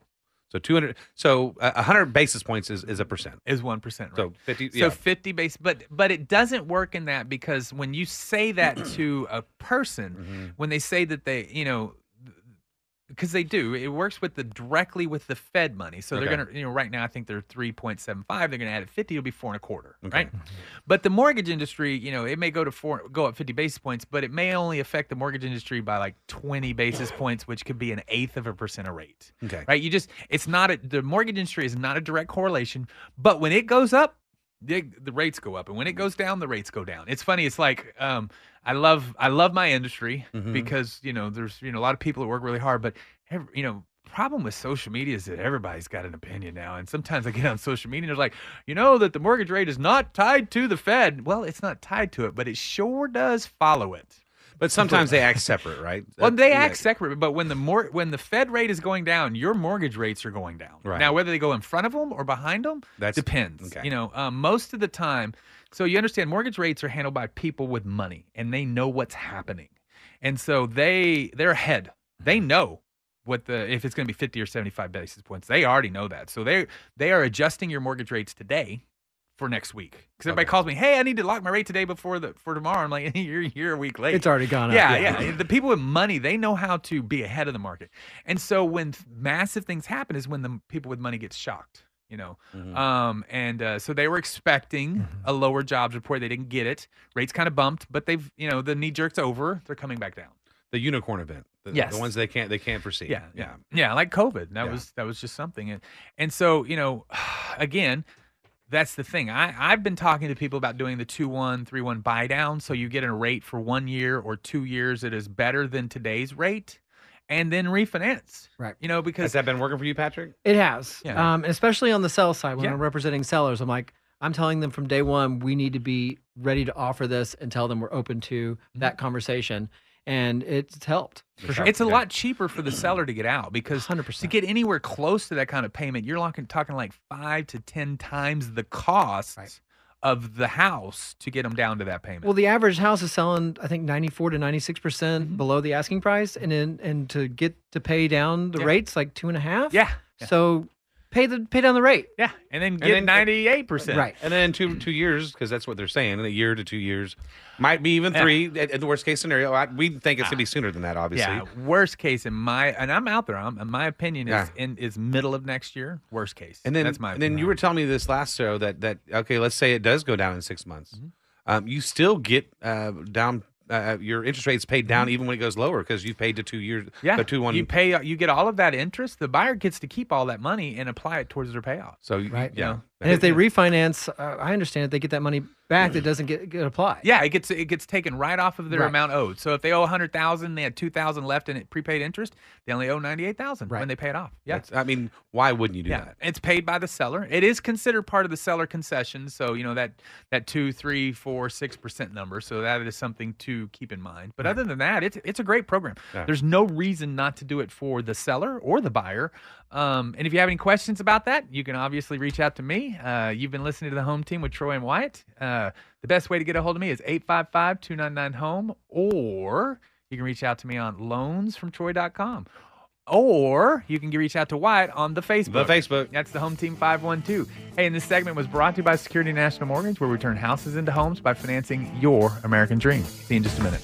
so 200. So uh, 100 basis points is is a percent.
is one percent. Right?
So 50.
So
yeah.
50 base, but but it doesn't work in that because when
Mm-hmm.
you say that to a person, when they say that they, you know, because they do. It works with the directly with the Fed money. So
Okay.
they're gonna, you know, right now I think they're three point seven five. They're gonna add a fifty. It'll be four and a quarter,
Okay.
right? But the mortgage industry, you know, it may go to four, go up fifty basis points, but it may only affect the mortgage industry by like twenty basis points, which could be an eighth of a percent of rate.
Okay.
Right? You just, it's not a, the mortgage industry is not a direct correlation, but when it goes up, the, the rates go up, and
Mm-hmm.
when it goes down, the rates go down. It's funny. It's like um, I love I love my industry
Mhm.
because you know there's you know a lot of people that work really hard, but every, you know problem with social media is that everybody's got an opinion now, and sometimes I get on social media and they're like, you know that the mortgage rate is not tied to the Fed. Well, it's not tied to it, but it sure does follow it.
But sometimes they act separate, right?
Well,
That-
they
yeah.
act separate, but when the mor- when the Fed rate is going down, your mortgage rates are going down.
Right.
Now, whether they go in front of them or behind them
That's-
depends.
okay.
You know, um, most of the time, so you understand, mortgage rates are handled by people with money, and they know what's happening, and so they they're ahead. They
Mm-hmm.
know what the if it's going to be fifty or seventy five basis points. They already know that, so they they are adjusting your mortgage rates today for next week. Because everybody
Okay.
calls me, hey, I need to lock my rate today before the for tomorrow. I'm like, you're you're a week late.
It's already gone up,
Yeah,
yeah.
yeah. The people with money, they know how to be ahead of the market. And so when th- massive things happen, is when the m- people with money get shocked. You know,
Mm-hmm.
um, and uh, so they were expecting a lower jobs report. They didn't get it. Rates kind of bumped, but they've you know the knee jerk's over. They're coming back down.
the unicorn event. The,
Yes.
the ones they can't they can't foresee.
Yeah, yeah,
yeah.
yeah. Like COVID, that
Yeah.
was that was just something, and and so you know, again, that's the thing. I I've been talking to people about doing the two one three one buy down, so you get a rate for one year or two years that is better than today's rate, and then refinance.
Right.
You know, because
Has that been working for you, Patrick?
It has.
Yeah.
Um, especially on the sell side when
Yeah.
I'm representing sellers. I'm like, I'm telling them from day one, we need to be ready to offer this and tell them we're open to
Mm-hmm.
that conversation. And it's helped. For sure.
It's a lot cheaper for the seller to get out because to get anywhere close to that kind of payment, you're looking, talking like five to 10 times the cost of the house to get them down to that payment.
Well, the average house is selling, I think, 94 to 96
Mm-hmm.
percent below the asking price, and in, and to get to pay down the
Yeah.
rates like two and a half.
Yeah.
So pay the pay down the rate.
Yeah, and then Mm.
And
get
then-
98%.
Right.
And then two two years because that's what they're saying. A year to two years, might be even three. At, at the worst case scenario, I, we think it's gonna be sooner than that. Obviously.
Ah. Yeah, worst case in my and I'm out there. I'm, in my opinion is
Yeah.
in, is middle of next year. Worst case,
And then
that's my
and then you were telling me this last show that that okay, let's say it does go down in six months,
Mm-hmm.
um, you still get uh, down uh, your interest rates paid down even when it goes lower because you paid to two years.
Mm-hmm. yeah.
uh, two one.
You pay you get all of that interest. The buyer gets to keep all that money and apply it towards their payoff.
so you-
Right.
Yeah.
And if they refinance, uh, I understand if they get that money back that doesn't get, get applied.
Yeah, it gets it gets taken right off of their
Right.
amount owed. So if they owe a hundred thousand, they had two thousand left in it prepaid interest. They only owe ninety eight thousand when they pay it off. Yeah,
That's- I mean, why wouldn't you do
yeah,
that?
it's paid by the seller. It is considered part of the seller concession. So you know that that two, three, four, six percent number. So that is something to keep in mind. But other than that, it's it's a great program.
Yeah.
There's no reason not to do it for the seller or the buyer. Um, and if you have any questions about that, you can obviously reach out to me. Uh, you've been listening to the Home Team with Troy and Wyatt. Uh, the best way to get a hold of me is 855 299 Home, or you can reach out to me on loansfromtroy.com. Or you can reach out to Wyatt on the Facebook.
The Facebook.
That's the Home Team 512. Hey, and this segment was brought to you by Security National Mortgage, where we turn houses into homes by financing your American dream. See you in just a minute.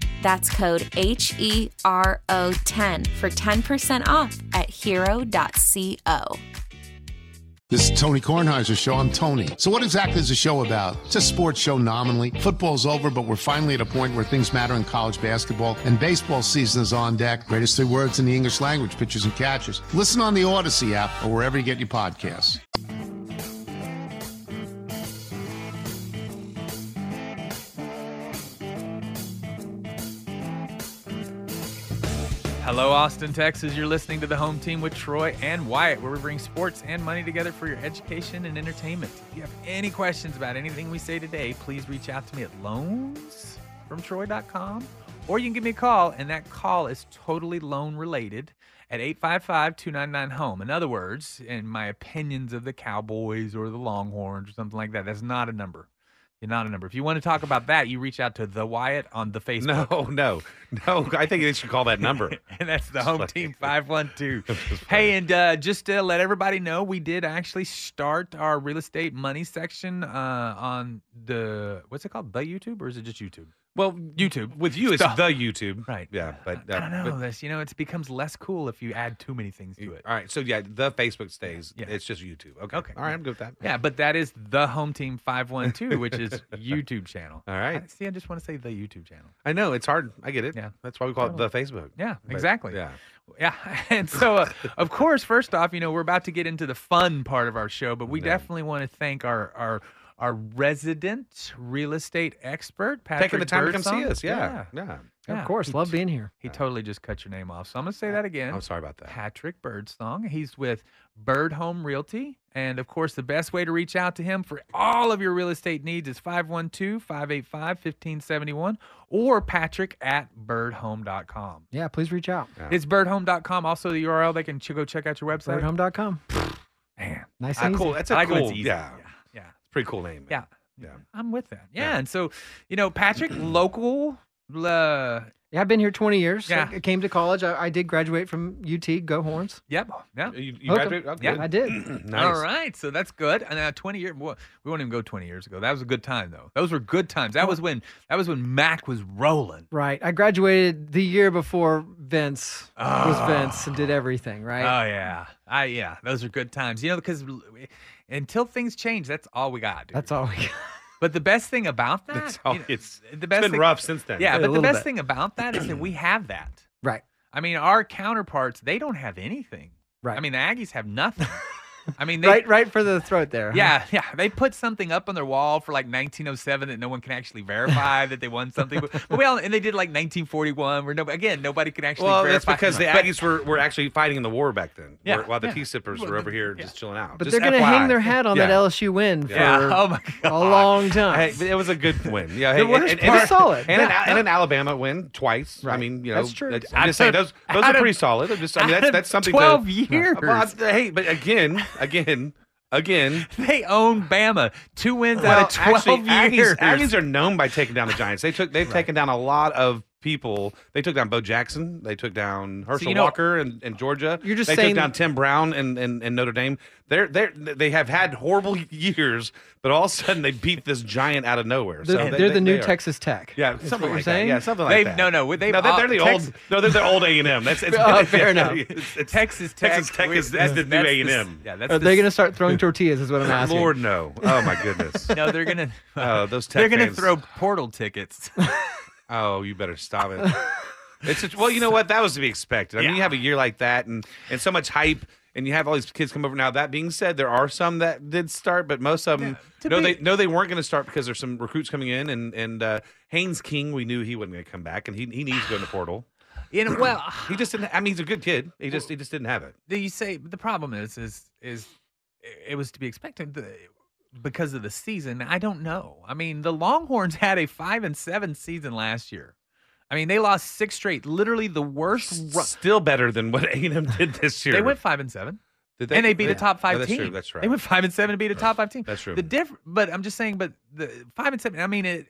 That's code H E R O 10 for 10% off at hero.co.
This is Tony Kornheiser's show. I'm Tony. So, what exactly is the show about? It's a sports show nominally. Football's over, but we're finally at a point where things matter in college basketball, and baseball season is on deck. Greatest three words in the English language, pitchers and catches. Listen on the Odyssey app or wherever you get your podcasts.
Hello, Austin, Texas. You're listening to the home team with Troy and Wyatt, where we bring sports and money together for your education and entertainment. If you have any questions about anything we say today, please reach out to me at loansfromtroy.com or you can give me a call, and that call is totally loan related at 855 299 home. E. In other words, in my opinions of the Cowboys or the Longhorns or something like that, that's not a number. You're not a number. If you want to talk about that, you reach out to the Wyatt on the Facebook.
No, no, no. I think they should call that number.
and that's the home team 512. hey, and uh, just to let everybody know, we did actually start our real estate money section uh, on the, what's it called? The YouTube or is it just YouTube?
Well, YouTube. With you, it's
Stop.
the YouTube.
Right.
Yeah. But uh,
I don't know
but-
this. You know, it becomes less cool if you add too many things to it.
all right. So, yeah, the Facebook stays. It's just YouTube. Okay. okay. All right. I'm good with that.
Yeah, but that is the home team 512, which is YouTube channel.
All right.
I- see, I just want to say the YouTube channel.
I know. It's hard. I get it. Yeah. That's why we call it the Facebook.
Yeah,
But,
exactly.
Yeah.
Yeah. And so, uh, of course, first off, you know, we're about to get into the fun part of our show, but we definitely want to thank our, our, our resident real estate expert, Patrick
Taking the time to come see
Birdsong.
us. Yeah. Yeah.
Yeah.
Of course, love being here.
He totally just cut your name off. So I'm going to say that again. I'm
sorry about that.
Patrick Birdsong. He's with Bird Home Realty. And of course, the best way to reach out to him for all of your real estate needs is 512 585 1571 or patrick at birdhome.com.
Yeah, please reach out.
It's birdhome.com. Also, the URL they can ch- go check out your website.
Birdhome.com.
Man,
nice
Ah,
and
cool.
easy.
That's a
I go, it's
cool.
easy.
Yeah.
Yeah.
It's a pretty cool name.
Yeah.
Yeah.
I'm with that. Yeah. And so, you know, Patrick, local. Uh,
Yeah, I've been here 20 years.
Yeah.
I came to college. I, I did graduate from UT. Go Horns.
Yep. Yeah.
You,
you Okay. graduated? Oh, Yeah, good. I did. Nice.
All right. So that's good. And uh, 20 years, well, we won't even go 20 years ago. That was a good time, though. Those were good times. That was when that was when Mac was rolling.
Right. I graduated the year before Vince was
Ah.
Vince and did everything, right?
Oh yeah. I yeah. Those are good times. You know, because we- until things change, that's all we got. Dude.
That's all we got.
But the best thing about that,
That's all.
you know,
it's
the best
been
thing-
rough since then.
Yeah,
A
but the
little
best
bit.
thing about that is that we have that.
Right.
I mean, our counterparts, they don't have anything. Right. I mean, the Aggies have nothing. I mean, they,
right, right for the throat there. huh?
Yeah, yeah. They put something up on their wall for like 1907 that no one can actually verify that they won something. But, but well, and they did like 1941 where no, again nobody can actually.
Well, that's
verify.
because the
But-
Aggies were, were actually fighting in the war back then,
Yeah.
where- while the
Yeah.
tea sippers
Well,
were over here just chilling out.
But
Just
they're going to
FYI.
hang their hat on that
Yeah.
LSU win for
Yeah. Oh, my
a long time.
Hey, but it was a good win. Yeah,
The
hey,
worst part- solid.
And,
Yeah.
an, and an Alabama win twice. I mean, you know,
That's true.
I'm just saying
Out
those
of- out
those are
of-
pretty solid. I'm just, I mean,
out
that's
of
that's something.
12
to,
years.
Well, I- hey, but again, again, again,
they own Bama two wins
well,
out of 12
actually, Aggies-
years.
Aggies, are known by taking down the Giants. They took they've taken down a lot of people. They took down Bo Jackson. They took down Herschel
you know-
Walker and, and Georgia.
You're just
they
saying-
took down Tim Brown and, and, and Notre Dame. They're they are they have had horrible years, but all of a sudden they beat this giant out of nowhere.
They're,
so they,
they're
they-
the new
they are-
Texas Tech.
Yeah,
That's
something
what you're
like
saying?
that. Yeah, something like
They've-
that.
no, no, well, they've uh,
no, they're,
all-
they're the
Texas-
old. No, they're the old A and M. That's it's,
Oh, fair enough.
It's, it's,
Texas Tech.
Texas Tech
we-
is that's the new
that's
A and
s-
M.
Yeah, that's
Are
the
they
s-
going to start throwing tortillas? Is what I'm asking.
Lord no! Oh my goodness!
No, they're gonna.
Oh, those Tech
They're gonna
fans.
throw portal tickets.
Oh, you better stop it. It's just, well, you know what? That was to be expected. I mean, you have a year like that, and and so much hype, and you have all these kids come over. Now, that being said, there are some that did start, but most of them no, they no, they weren't going to start because there's some recruits coming in, and and uh, Haynes King, we knew he wasn't going to come back, and he he needs to go in the portal.
In well,
he just didn't. I mean, he's a good kid. He just he just didn't have it.
Do you say the problem is is is it was to be expected that because of the season? I don't know. I mean, the Longhorns had a five and seven season last year. I mean, they lost six straight. Literally the worst. Run.
Still better than what A&M did this year.
They went five and seven.
Did
and they beat a top five
Oh, that's
team.
True, that's right.
They went five and seven to beat a top five team.
That's true.
The diff- but I'm just saying, but the five and seven. I mean, it,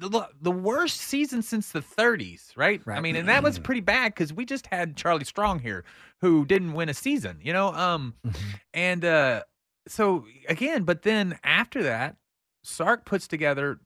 the, the worst season since the 30s, right? I mean, and that
Mm-hmm.
was pretty bad because we just had Charlie Strong here, who didn't win a season, you know. Um,
Mm-hmm.
and uh, so again, but then after that, Sark puts together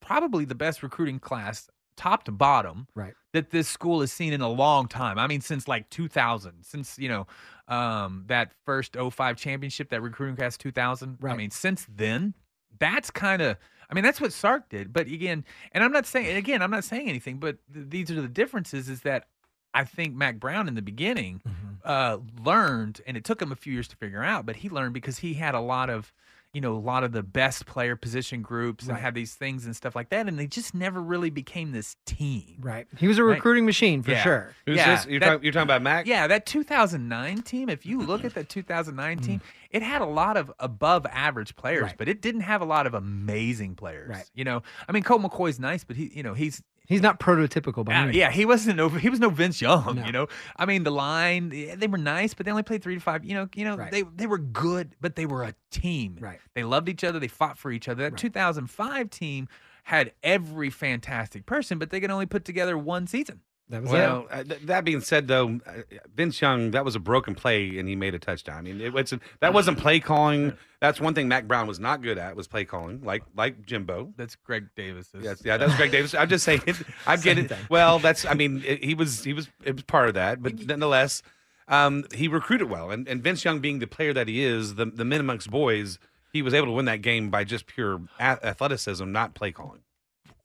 probably the best recruiting class, top to bottom,
right?
That this school has seen in a long time. I mean, since like 2000, since you know um, that first 05 championship, that recruiting class 2000. I mean, since then, that's kind of. I mean, that's what Sark did. But again, and I'm not saying and again, I'm not saying anything. But th- these are the differences. Is that I think Mac Brown in the beginning
Mm-hmm.
uh, learned, and it took him a few years to figure out, but he learned because he had a lot of, you know, a lot of the best player position groups and
Right.
had these things and stuff like that, and they just never really became this team.
Right. He was a
Right.
recruiting machine for
Yeah.
sure.
Who's Yeah, this?
You're,
that-
talking, you're talking about Mac.
Yeah, that 2009 team, if you look at that 2009 team, it had a lot of above average players, but it didn't have a lot of amazing players.
Right.
You know, I mean, Cole McCoy's nice, but he, you know, he's
He's not prototypical by
Yeah,
any means.
yeah, he wasn't. No, he was no Vince Young. You know, I mean, the line yeah, they were nice, but they only played three to five. You know, you know, they they were good, but they were a team. Right. They loved each other. They fought for each other. That 2005 team had every fantastic person, but they could only put together one season.
That
Well, uh, th- that being said, though, uh, Vince Young, that was a broken play, and he made a touchdown. I mean, it, it's that wasn't play calling. That's one thing Mac Brown was not good at was play calling, like like Jimbo.
That's Greg Davis.
Yes, yeah, that's Greg Davis. I'm just saying, I'm getting. Well, that's. I mean, it, he was he was it was part of that, but nonetheless, um, he recruited well, and and Vince Young, being the player that he is, the the men amongst boys, he was able to win that game by just pure a- athleticism, not play calling.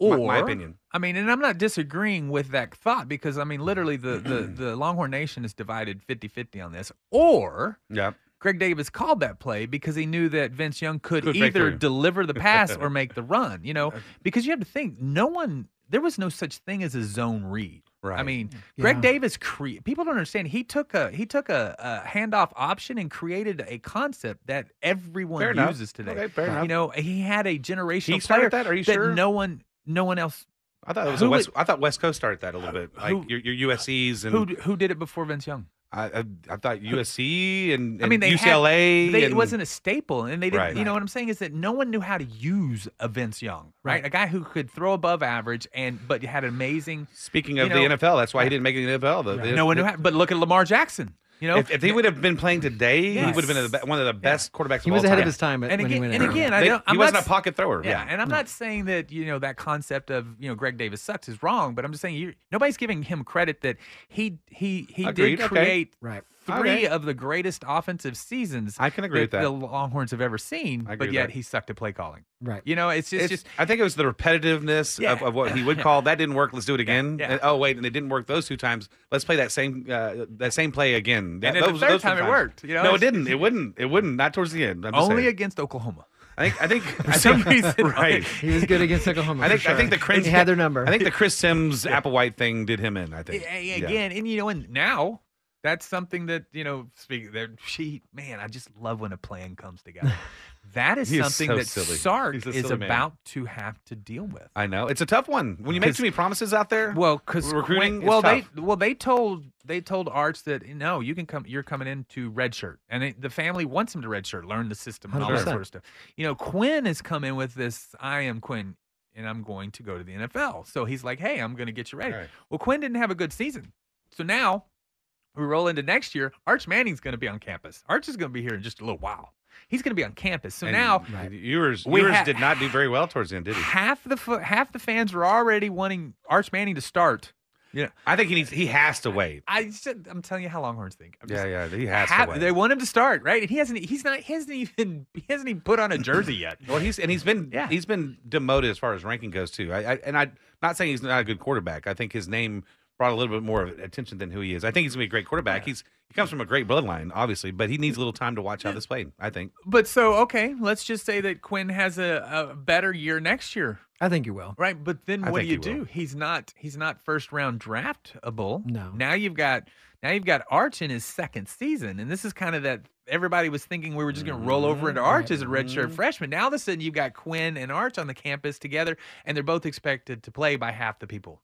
or
my, my opinion.
I mean, and I'm not disagreeing with that thought because I mean, literally, the the, the Longhorn Nation is divided 50-50 on this. Or
Yeah.
Greg Davis called that play because he knew that Vince Young could,
Could break
either
through.
deliver the pass or make the run. You know, because you have to think, no one, there was no such thing as a zone read. Right. I mean, Greg Davis cre- people don't understand. He took a he took a, a handoff option and created a concept that everyone
Fair enough.
uses today.
Okay, fair
you
enough.
know, he had a generational
He
player
started that? Are you
that
sure?
no one no one else
I thought it was
Who
a West.
would- Uh,
I thought West Coast started that a little bit, like your, your USC's and
who who did it before Vince Young.
I, I, I thought USC and,
I mean,
and
they had-
UCLA.
they,
and-
it wasn't a staple, and they didn't.
Right.
You know what I'm saying is that no one knew how to use a Vince Young, right?
Right.
A guy who could throw above average and but had amazing.
Speaking
you
of
know,
the NFL, that's why he didn't make it in the NFL. The, the-
no one knew.
the-
How, but look at Lamar Jackson. You know,
if, if he would have been playing today, he
Yes.
would have been the be- one of the best quarterbacks.
He
of
was
all
ahead
time.
of his time
at-
and
when he
again,
went
and
in.
again, I
They-
don't.
he
I'm
wasn't
not
a pocket thrower.
Yeah,
Yeah.
and I'm not saying that you know that concept of you know Greg Davis sucks is wrong, but I'm just saying you, nobody's giving him credit that he he he
Agreed,
did
okay.
create
Right.
three
Okay.
of the greatest offensive seasons.
I can agree
that
with that.
the Longhorns have ever seen,
agree
but
with
yet
that.
he sucked at play calling.
Right.
You know, it's just just
I think it was the repetitiveness of, of what he would call that didn't work. Let's do it again. And, oh wait, and it didn't work those two times. Let's play that same uh, that same play again. That,
And then the
those,
third
those two
time it
times.
worked, you know?
no, it didn't. It wouldn't. It wouldn't. Not towards the end. I'm just
only
saying.
against Oklahoma.
I think. I think. For
some reason,
right?
He was good against Oklahoma.
I think.
for sure.
I think the Chris.
And he had their number.
I think the Chris Sims Applewhite thing did him in. I think.
A- a-
Yeah.
again, and you know, and now that's something that you know. Speaking that she, man, I just love when a plan comes together. That is
He is
something
so
that
silly.
Sark
He's a
is
silly man.
about to have to deal with.
I know it's a tough one when you make
'Cause-
too many promises out there.
Well, because
recruiting. it's
well,
tough.
they well they told they told Arch that no, you can come. You're coming into redshirt, and they, the family wants him to redshirt, learn the system, and all that
100%.
sort of stuff. You know, Quinn has come in with this. I am Quinn, and I'm going to go to the NFL. So he's like, hey, I'm going to get you ready. Well, Quinn didn't have a good season, so now we roll into next year. Arch Manning's going to be on campus. Arch is going to be here in just a little while. He's going to be on campus. So
And
now
yours
we
yours
ha-
did not do very well towards the end, did he?
half the fo- half the fans were already wanting Arch Manning to start.
Yeah, I think he needs. He has to wait.
I said, I'm telling you how Longhorns think. I'm
Yeah,
just-
yeah, he has
Ha-
to wait.
they want him to start, right? And he hasn't. He's not. He hasn't even. He hasn't even put on a jersey yet.
Well, he's and he's been he's been demoted as far as ranking goes too. I, I and I not saying he's not a good quarterback. I think his name brought a little bit more attention than who he is. I think he's gonna be a great quarterback. He's he comes from a great bloodline, obviously, but he needs a little time to watch out this played. I think.
But so okay, let's just say that Quinn has a, a better year next year.
I think you will.
Right, but then
I
what do you
think he
do?
will.
He's not he's not first round draftable.
No.
Now you've got now you've got Arch in his second season, and this is kind of that everybody was thinking we were just going to roll over into Arch as a
Mm-hmm.
redshirt freshman. Now all of a sudden you've got Quinn and Arch on the campus together, and they're both expected to play by half the people.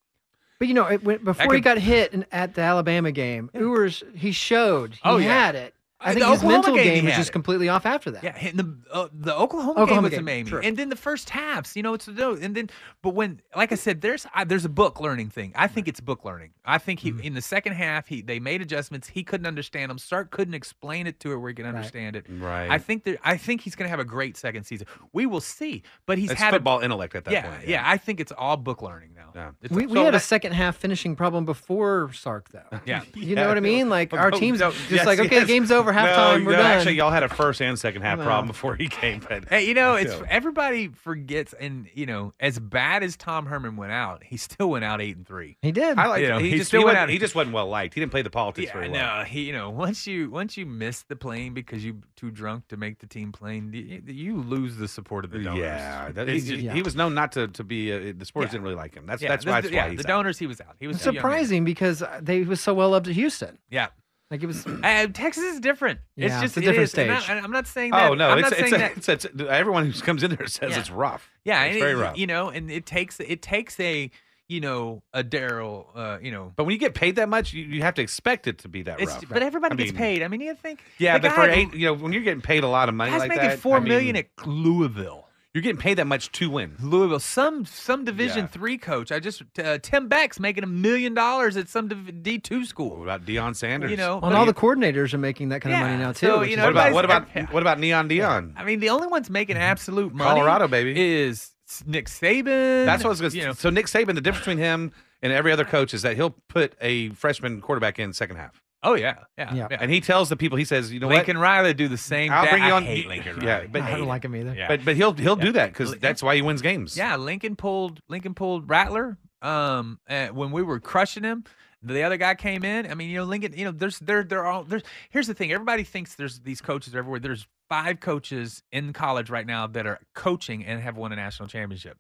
But you know, it, when, before he
could-
got hit in, at the Alabama game, Ewers he showed he
Oh, yeah.
had it. I
Uh,
think
the
his
Oklahoma
mental
game
game,
he
was
had
just
it.
completely off after that.
Yeah, and the uh, the Oklahoma, game
Oklahoma
was
game,
amazing,
true.
and then the first halves, you know, it's no, and then but when, like I said, there's I, there's a book learning thing. I think it's book learning. I think
Mm-hmm.
he in the second half he they made adjustments. He couldn't understand them. Sark couldn't explain it to her where he could understand it.
Right.
I think that I think he's going to have a great second season. We will see, but he's
It's
had a-
football intellect at that
yeah,
point,
Yeah, I think it's all book learning now. It's-
we, we
so
had a
that-
second half finishing problem before Sark though.
Yeah.
You know what I mean? Like
But
our
both-
team's
no,
just
yes,
like, okay,
yes.
game's over,
No,
halftime, we're
no,
done.
Actually, y'all had a first and second half
Well.
problem before he came. But
Hey, you know, it's
still.
everybody forgets, and you know, as bad as Tom Herman went out, he still went out eight and three.
He did.
I like
You know,
he,
he
just
still
he,
went
wasn't-
out-
he just wasn't well liked. He didn't play the politics very well.
No, he, you know, once you once you miss the plane because you too drunk to make the team plane, you, you lose the support of the donors.
Yeah, that, he,
It's
he-
just-
he was known not to to be. Uh, the sports didn't really like him. That's
Yeah,
that's
this-
why. That's
yeah,
why he's
the
out.
donors he was out. He was
It's
too young.
surprising because they was so well loved at Houston.
Yeah.
Like it was
Uh, Texas is different.
Yeah,
it's just
it's a
it
different
is, and I-
stage.
and I'm not saying that.
Oh no,
I'm
it's
not
it's,
saying that.
a, it's, it's everyone who comes in there says
Yeah.
it's rough.
Yeah,
it's
and
very
it-
rough.
You know, and it takes it takes a you know a Daryl, uh, you know.
but when you get paid that much, you, you have to expect it to be that
It's,
rough.
But everybody
I
gets
mean,
paid. I mean, you think
Yeah,
the
but for
guy-
eight, you know, when you're getting paid a lot of money
Guy's
like
making
that,
four
I mean,
million at Louisville.
You're getting paid that much to win.
Louisville, some some Division
Yeah.
three coach. I just uh, Tim Beck's making a million dollars at some D two school. What
about Deion Sanders?
You know,
Well, and all the coordinators are making that kind of money now too.
so,
which
you
is
know,
What about
everybody's-
what about what about Neon Dion?
I mean, the only one's making absolute money.
Mm-hmm. Colorado, baby,
is Nick Saban.
That's what I was going to. So Nick Saban, the difference between him and every other coach is that he'll put a freshman quarterback in second half.
Oh yeah, yeah,
Yeah.
yeah.
And he tells the people, he says, you know what?
Lincoln Riley do the same.
I'll
da-
bring you
I
on. E-
hate Lincoln
yeah,
Riley.
but
I don't like
him either.
Yeah.
But but he'll he'll
Yeah.
do that because that's why he wins games.
Yeah, Lincoln pulled Lincoln pulled Rattler. Um, uh, when we were crushing him, the other guy came in. I mean, you know, Lincoln. You know, there's there there all there's. Here's the thing: everybody thinks there's these coaches everywhere. There's five coaches in college right now that are coaching and have won a national championship,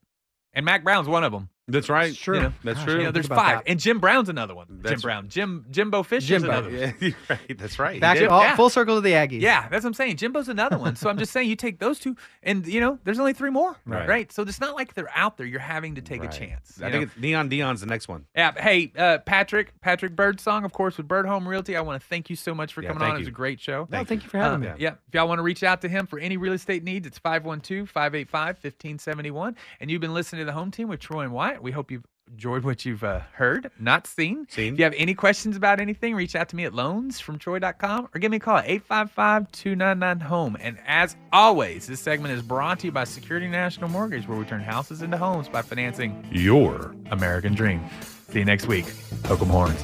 and Mac Brown's one of them.
That's right.
It's true.
Yeah, that's true.
You know,
Think
there's
about
five,
that.
and Jim Brown's another one. Jim
That's-
Brown, Jim Jimbo Fisher's
Jimbo.
another one.
Yeah, you're right. That's right. He
Back
did.
all, full circle to the Aggies.
Yeah, that's what I'm saying. Jimbo's another one. So I'm just saying you take those two, and you know, there's only three more,
Right.
right? So it's not like they're out there. You're having to take a chance.
I
you
think
know?
it's Neon Dion's the next one.
Yeah. Hey, uh, Patrick, Patrick Birdsong, of course, with Bird Home Realty. I want to thank you so much for
Yeah,
coming
thank
on. It was
you.
a great show. Um,
Thank
thank you. you for having me.
Yeah. If y'all want to reach out to him for any real estate needs, it's 512 585 1571. And you've been listening to The Home Team with Troy and Wyatt. We hope you've enjoyed what you've uh, heard, not seen. If you have any questions about anything, reach out to me at loansfromtroy.com or give me a call at 855 299 Home. E. And as always, this segment is brought to you by Security National Mortgage, where we turn houses into homes by financing your American dream. See you next week. Hook 'em horns.